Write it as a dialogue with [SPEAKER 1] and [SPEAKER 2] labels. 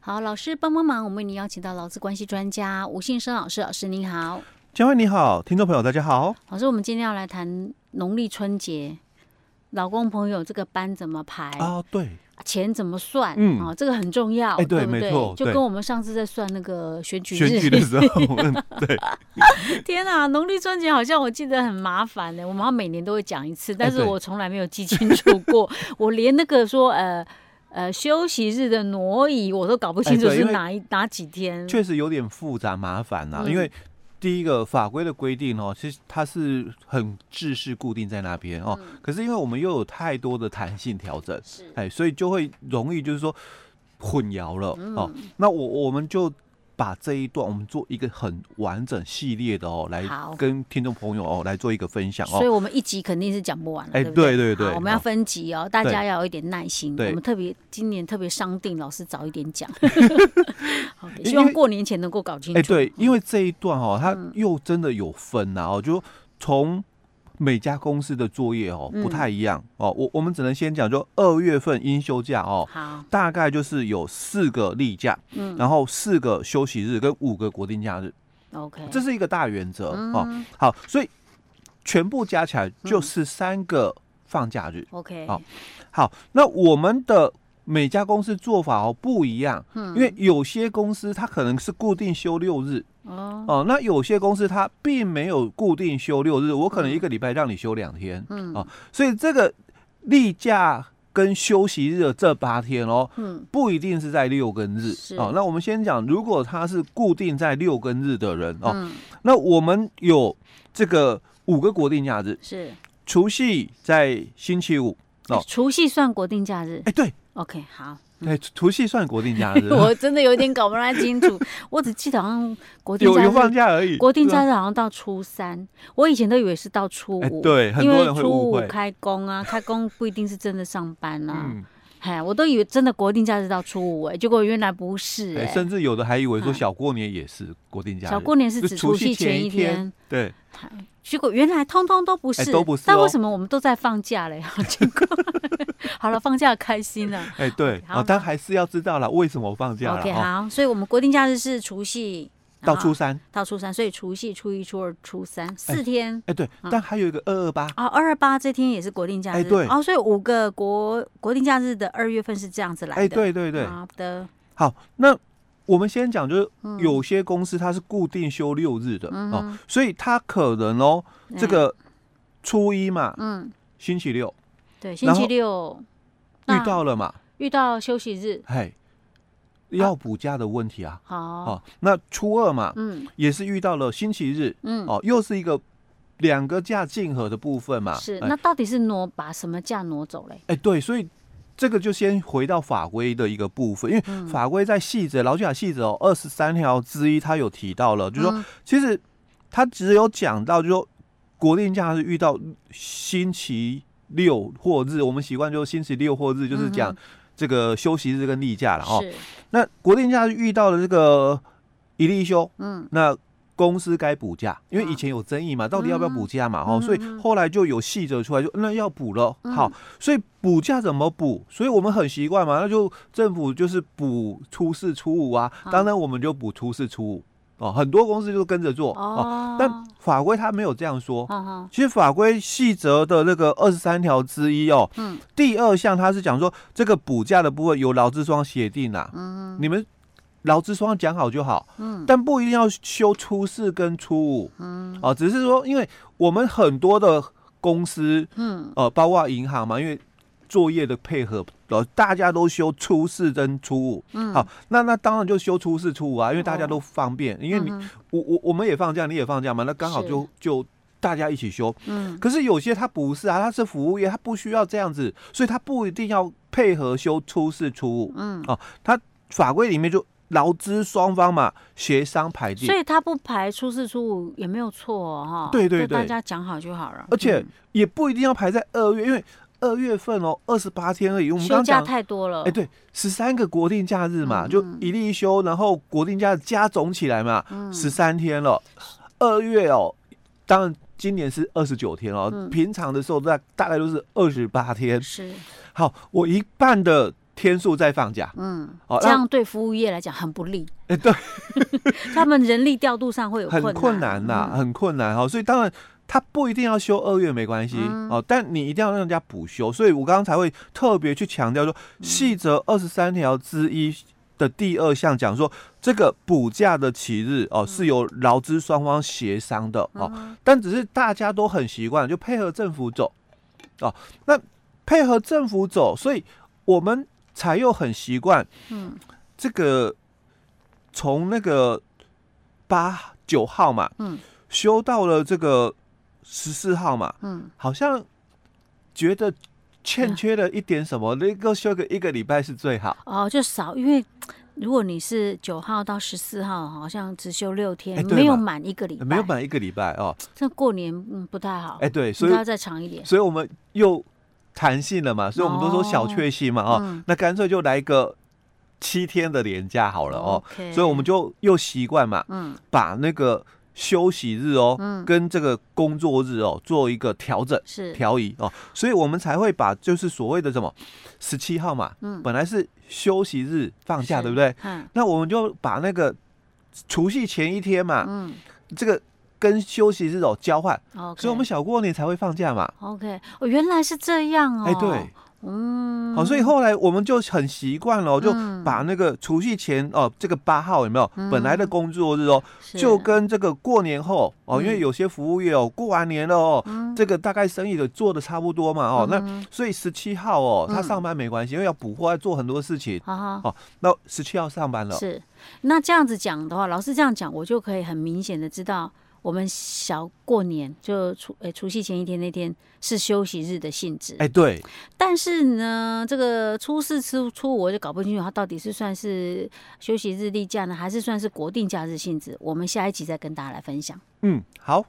[SPEAKER 1] 好，老师帮帮忙，我们为您邀请到劳资关系专家吴信生老师，老师您好，
[SPEAKER 2] 嘉惠你好，听众朋友大家好。
[SPEAKER 1] 老师，我们今天要来谈农历春节，老公朋友这个班怎么排，
[SPEAKER 2] 啊，对，
[SPEAKER 1] 钱怎么算，
[SPEAKER 2] 嗯
[SPEAKER 1] 哦，这个很重要，
[SPEAKER 2] 哎对
[SPEAKER 1] 不对
[SPEAKER 2] 没错
[SPEAKER 1] 就
[SPEAKER 2] 对
[SPEAKER 1] 跟我们上次在算那个选举
[SPEAKER 2] 选
[SPEAKER 1] 日
[SPEAKER 2] 举的时候，嗯，对，
[SPEAKER 1] 天啊，农历春节好像我记得很麻烦呢、我们好像每年都会讲一次，但是
[SPEAKER 2] 对
[SPEAKER 1] 我从来没有记清楚 过。我连那个说呃呃休息日的挪移我都搞不清楚
[SPEAKER 2] 哎对
[SPEAKER 1] 是
[SPEAKER 2] 因为
[SPEAKER 1] 哪一、哪几天。
[SPEAKER 2] 确实有点复杂麻烦啦、
[SPEAKER 1] 嗯
[SPEAKER 2] 因为第一个法规的规定哦，其实它是很制式固定在那边哦，可是因为我们又有太多的弹性调整，
[SPEAKER 1] 嗯是
[SPEAKER 2] 哎，所以就会容易就是说混淆了、
[SPEAKER 1] 嗯
[SPEAKER 2] 哦。那我我们就把这一段我们做一个很完整系列的哦，来
[SPEAKER 1] 好
[SPEAKER 2] 跟听众朋友哦来做一个分享
[SPEAKER 1] 所以
[SPEAKER 2] 哦。
[SPEAKER 1] 我们一集肯定是讲不完了，
[SPEAKER 2] 哎
[SPEAKER 1] 对不对？
[SPEAKER 2] 对对对
[SPEAKER 1] 好我们要
[SPEAKER 2] 好
[SPEAKER 1] 分集哦，大家
[SPEAKER 2] 对
[SPEAKER 1] 要有一点耐心。
[SPEAKER 2] 对
[SPEAKER 1] 我们特别今年特别商定，老师早一点 讲，好
[SPEAKER 2] 因为
[SPEAKER 1] 希望过年前能够搞清楚。
[SPEAKER 2] 哎，对，因
[SPEAKER 1] 嗯
[SPEAKER 2] 为这一段哦，它又真的有分呐、哦，就从每家公司的作业哦
[SPEAKER 1] 嗯
[SPEAKER 2] 不太一样、哦，我我们只能先讲，就二月份应休假哦，
[SPEAKER 1] 好，
[SPEAKER 2] 大概就是有四个例假，
[SPEAKER 1] 嗯
[SPEAKER 2] 然后四个休息日跟五个国定假日，
[SPEAKER 1] ，OK，
[SPEAKER 2] 这
[SPEAKER 1] 是
[SPEAKER 2] 是一个大原则、哦。
[SPEAKER 1] 嗯
[SPEAKER 2] 好，所以全部加起来就是三个放假日。
[SPEAKER 1] ，OK，
[SPEAKER 2] 好好，那我们的每家公司做法哦不一样，
[SPEAKER 1] 嗯
[SPEAKER 2] 因为有些公司它可能是固定休六日。
[SPEAKER 1] 哦，
[SPEAKER 2] 哦，那有些公司它并没有固定休六日，我
[SPEAKER 1] 嗯
[SPEAKER 2] 可能一个礼拜让你休两天，嗯哦，所以这个例假跟休息日的这八天哦，
[SPEAKER 1] 嗯，
[SPEAKER 2] 不一定是在六跟日
[SPEAKER 1] 是
[SPEAKER 2] 哦。那我们先讲，如果他是固定在六跟日的人哦，
[SPEAKER 1] 嗯，
[SPEAKER 2] 那我们有这个五个国定假日，
[SPEAKER 1] 是。
[SPEAKER 2] 除夕在星期五，哦
[SPEAKER 1] 除夕算国定假日
[SPEAKER 2] 哎、嗯对，
[SPEAKER 1] ，OK，好。
[SPEAKER 2] 哎、除夕算国定假日，
[SPEAKER 1] 嗯 我真的有点搞不太清楚， 我只记得好像国定
[SPEAKER 2] 有
[SPEAKER 1] 假
[SPEAKER 2] 有放
[SPEAKER 1] 日，
[SPEAKER 2] 假而已，
[SPEAKER 1] 国定
[SPEAKER 2] 对
[SPEAKER 1] 假
[SPEAKER 2] 啊
[SPEAKER 1] 日好像到初三，我以前都以为是到初
[SPEAKER 2] 哎
[SPEAKER 1] 五，
[SPEAKER 2] 对很
[SPEAKER 1] 因
[SPEAKER 2] 多
[SPEAKER 1] 为
[SPEAKER 2] 人会
[SPEAKER 1] 初
[SPEAKER 2] 误
[SPEAKER 1] 五
[SPEAKER 2] 会
[SPEAKER 1] 开工啊，开工不一定是真的上班啊，
[SPEAKER 2] 嗯。
[SPEAKER 1] 哎，我都以为真的国定假日到初五，哎，结果原来不是，
[SPEAKER 2] 哎，
[SPEAKER 1] 哎，
[SPEAKER 2] 甚至有的还以为说
[SPEAKER 1] 嗯
[SPEAKER 2] 小过年也是国定假日，
[SPEAKER 1] 小过年是
[SPEAKER 2] 就
[SPEAKER 1] 指
[SPEAKER 2] 除
[SPEAKER 1] 除
[SPEAKER 2] 夕
[SPEAKER 1] 夕
[SPEAKER 2] 前
[SPEAKER 1] 前
[SPEAKER 2] 一
[SPEAKER 1] 一
[SPEAKER 2] 天
[SPEAKER 1] 天，
[SPEAKER 2] 对，
[SPEAKER 1] 结果原来通通都不是，
[SPEAKER 2] 都不是
[SPEAKER 1] 但为
[SPEAKER 2] 哦
[SPEAKER 1] 什么我们都在放假嘞？ 好奇怪，好了，放假开心了。
[SPEAKER 2] 哎、对
[SPEAKER 1] 好
[SPEAKER 2] 啊，但还是要知道了为什么放假了
[SPEAKER 1] OK，
[SPEAKER 2] 哦，
[SPEAKER 1] 好，所以我们国定假日是除夕
[SPEAKER 2] 到
[SPEAKER 1] 然后
[SPEAKER 2] 初三，
[SPEAKER 1] 到初三，所以除夕、初一、初二、初三四天。
[SPEAKER 2] 哎、对，但还有一个二二八，
[SPEAKER 1] 哦，二二八这天也是国定假日，
[SPEAKER 2] 哎对
[SPEAKER 1] 哦，所以五个国国定假日的二月份是这样子来的，
[SPEAKER 2] 哎，对对对，
[SPEAKER 1] 好嗯的，
[SPEAKER 2] 好，那我们先讲，就是有些公司它是固定休六日的、
[SPEAKER 1] 嗯
[SPEAKER 2] 哦，所以它可能哦，这个初一嘛，
[SPEAKER 1] 嗯，
[SPEAKER 2] 星期六
[SPEAKER 1] 对，星期六
[SPEAKER 2] 遇到了嘛，
[SPEAKER 1] 遇到休息日，
[SPEAKER 2] 嘿，要补假的问题啊，
[SPEAKER 1] 好，
[SPEAKER 2] 哦，那初二嘛，
[SPEAKER 1] 嗯
[SPEAKER 2] 也是遇到了星期日，
[SPEAKER 1] 嗯，
[SPEAKER 2] 哦，又是一个两个价竞合的部分嘛。
[SPEAKER 1] 是，
[SPEAKER 2] 哎
[SPEAKER 1] 那到底是挪把什么假挪走嘞？
[SPEAKER 2] 哎、对，所以这个就先回到法规的一个部分，因
[SPEAKER 1] 嗯
[SPEAKER 2] 为法规在细则劳基法细则哦二十三条之一，它有提到了，就是说、
[SPEAKER 1] 嗯
[SPEAKER 2] 其实它只有讲到，就是说国定假日遇到星期六或日，我们习惯就是星期六或日，
[SPEAKER 1] 嗯
[SPEAKER 2] 就是讲这个休息日跟例假了哦。
[SPEAKER 1] 是，
[SPEAKER 2] 那国定假日遇到了这个一例休，嗯，啊那公司该补假，因为以前有争议嘛，到底要不要补假嘛，哦，所以后来就有细则出来，就那要补了。好，所以补假怎么补？所以我们很习惯嘛，那就政府就是补初四初五啊，当然我们就补初四初五哦，很多公司就跟着做哦，
[SPEAKER 1] 哦，
[SPEAKER 2] 但法规它没有这样说，
[SPEAKER 1] 哦哦，
[SPEAKER 2] 其实法规细则的那个二十三条之一哦，
[SPEAKER 1] 嗯
[SPEAKER 2] 第二项它是讲说这个补假的部分由劳资双方协定啦、你们劳资双方讲好就好，嗯，但不一定要休初四跟初五，嗯，哦、只是说因为我们很多的公司，
[SPEAKER 1] 嗯，
[SPEAKER 2] 呃，包括银行嘛，因为作业的配合，呃，大家都休初四跟初五，嗯，好，那那当然就休初四初五啊，因为大家都方便，因为你、我我我们也放假，你也放假嘛，那刚好
[SPEAKER 1] 是
[SPEAKER 2] 就就大家一起休，
[SPEAKER 1] 嗯，
[SPEAKER 2] 可是有些他不是啊，他是服务业，他不需要这样子，所以他不一定要配合休初四初五。嗯，哦，他法规里面就劳资双方嘛协商排定
[SPEAKER 1] 所，以他不排初四初五也没有错哦哈，
[SPEAKER 2] 对对
[SPEAKER 1] 就大
[SPEAKER 2] 对
[SPEAKER 1] 家讲好就好了，
[SPEAKER 2] 而且
[SPEAKER 1] 嗯
[SPEAKER 2] 也不一定要排在二月，因为二月份哦，二十八天而已。我们刚
[SPEAKER 1] 休
[SPEAKER 2] 刚
[SPEAKER 1] 假
[SPEAKER 2] 讲，
[SPEAKER 1] 太多嗯了，
[SPEAKER 2] 哎、对，十三个国定假日嘛，就一例一休，然后国定假日加总起来嘛，
[SPEAKER 1] 嗯
[SPEAKER 2] 十三、天了。二月哦，当然今年是二十九天
[SPEAKER 1] 嗯
[SPEAKER 2] 哦，平常的时候大大概都是二十八天。
[SPEAKER 1] 是，
[SPEAKER 2] 好，我一半的天数再放假。
[SPEAKER 1] 嗯，
[SPEAKER 2] 哦，
[SPEAKER 1] 这样对服务业来讲很不利，
[SPEAKER 2] 哎对，
[SPEAKER 1] 他们人力调度上会有
[SPEAKER 2] 很困难呐、
[SPEAKER 1] 嗯
[SPEAKER 2] 很困难哈、哦所以当然。他不一定要休二月没关系、
[SPEAKER 1] 嗯
[SPEAKER 2] 哦，但你一定要让人家补休，所以我刚刚才会特别去强调说，
[SPEAKER 1] 嗯
[SPEAKER 2] 细则二十三条之一的第二项讲说，这个补假的起日
[SPEAKER 1] 嗯
[SPEAKER 2] 哦是由劳资双方协商的哦，但只是大家都很习惯就配合政府走哦，那配合政府走，所以我们才又很习惯，
[SPEAKER 1] 嗯，
[SPEAKER 2] 这个从那个八九号嘛，
[SPEAKER 1] 嗯，
[SPEAKER 2] 修到了这个十四号嘛，
[SPEAKER 1] 嗯，
[SPEAKER 2] 好像觉得欠缺了一点什么，能够休个一个礼拜是最好。
[SPEAKER 1] 哦，就少，因为如果你是九号到十四号，好像只休六天，
[SPEAKER 2] 哎对
[SPEAKER 1] 没有
[SPEAKER 2] 嘛
[SPEAKER 1] 满一个礼拜，
[SPEAKER 2] 没有，满一个礼拜哦，
[SPEAKER 1] 这过年嗯不太好，
[SPEAKER 2] 哎、对，
[SPEAKER 1] 应
[SPEAKER 2] 所以
[SPEAKER 1] 该要再长一点。
[SPEAKER 2] 所以我们又弹性了嘛，所以我们都说小确幸嘛，哦，
[SPEAKER 1] 嗯
[SPEAKER 2] 那干脆就来个七天的连假好了哦，
[SPEAKER 1] ，OK
[SPEAKER 2] 所以我们就又习惯嘛，
[SPEAKER 1] 嗯
[SPEAKER 2] 把那个休息日哦，
[SPEAKER 1] 嗯
[SPEAKER 2] 跟这个工作日哦做一个调整。
[SPEAKER 1] 是
[SPEAKER 2] 漂移哦，所以我们才会把就是所谓的什么十七号嘛，
[SPEAKER 1] 嗯
[SPEAKER 2] 本来是休息日放假，
[SPEAKER 1] 是
[SPEAKER 2] 对不对？
[SPEAKER 1] 嗯
[SPEAKER 2] 那我们就把那个除夕前一天嘛，
[SPEAKER 1] 嗯
[SPEAKER 2] 这个跟休息日哦交换，
[SPEAKER 1] ，OK，
[SPEAKER 2] 所以我们小过年才会放假嘛。
[SPEAKER 1] OK，哦，原来是这样哦，
[SPEAKER 2] 哎，对，，哦
[SPEAKER 1] 嗯，
[SPEAKER 2] 好，所以后来我们就很习惯了，就
[SPEAKER 1] 嗯
[SPEAKER 2] 把那个除夕前哦，这个八号有没有本来的工作日哦，
[SPEAKER 1] 是
[SPEAKER 2] 就跟这个过年后哦，
[SPEAKER 1] 嗯
[SPEAKER 2] 因为有些服务业哦，过完年了哦，这个大概生意的做的差不多嘛哦，那
[SPEAKER 1] 嗯
[SPEAKER 2] 所以十七号哦，他
[SPEAKER 1] 嗯
[SPEAKER 2] 上班没关系，因为要补货，要做很多事情。
[SPEAKER 1] 好好。
[SPEAKER 2] 哦，那十七号上班了，
[SPEAKER 1] 是，那这样子讲的话，老师这样讲，我就可以很明显的知道，我们小过年就除诶、除夕前一天那天是休息日的性质。
[SPEAKER 2] 哎，对，
[SPEAKER 1] 但是呢，这个初四、初初五我就搞不清楚，它到底是算是休息日例假呢，还是算是国定假日性质？我们下一集再跟大家来分享。
[SPEAKER 2] 嗯，好，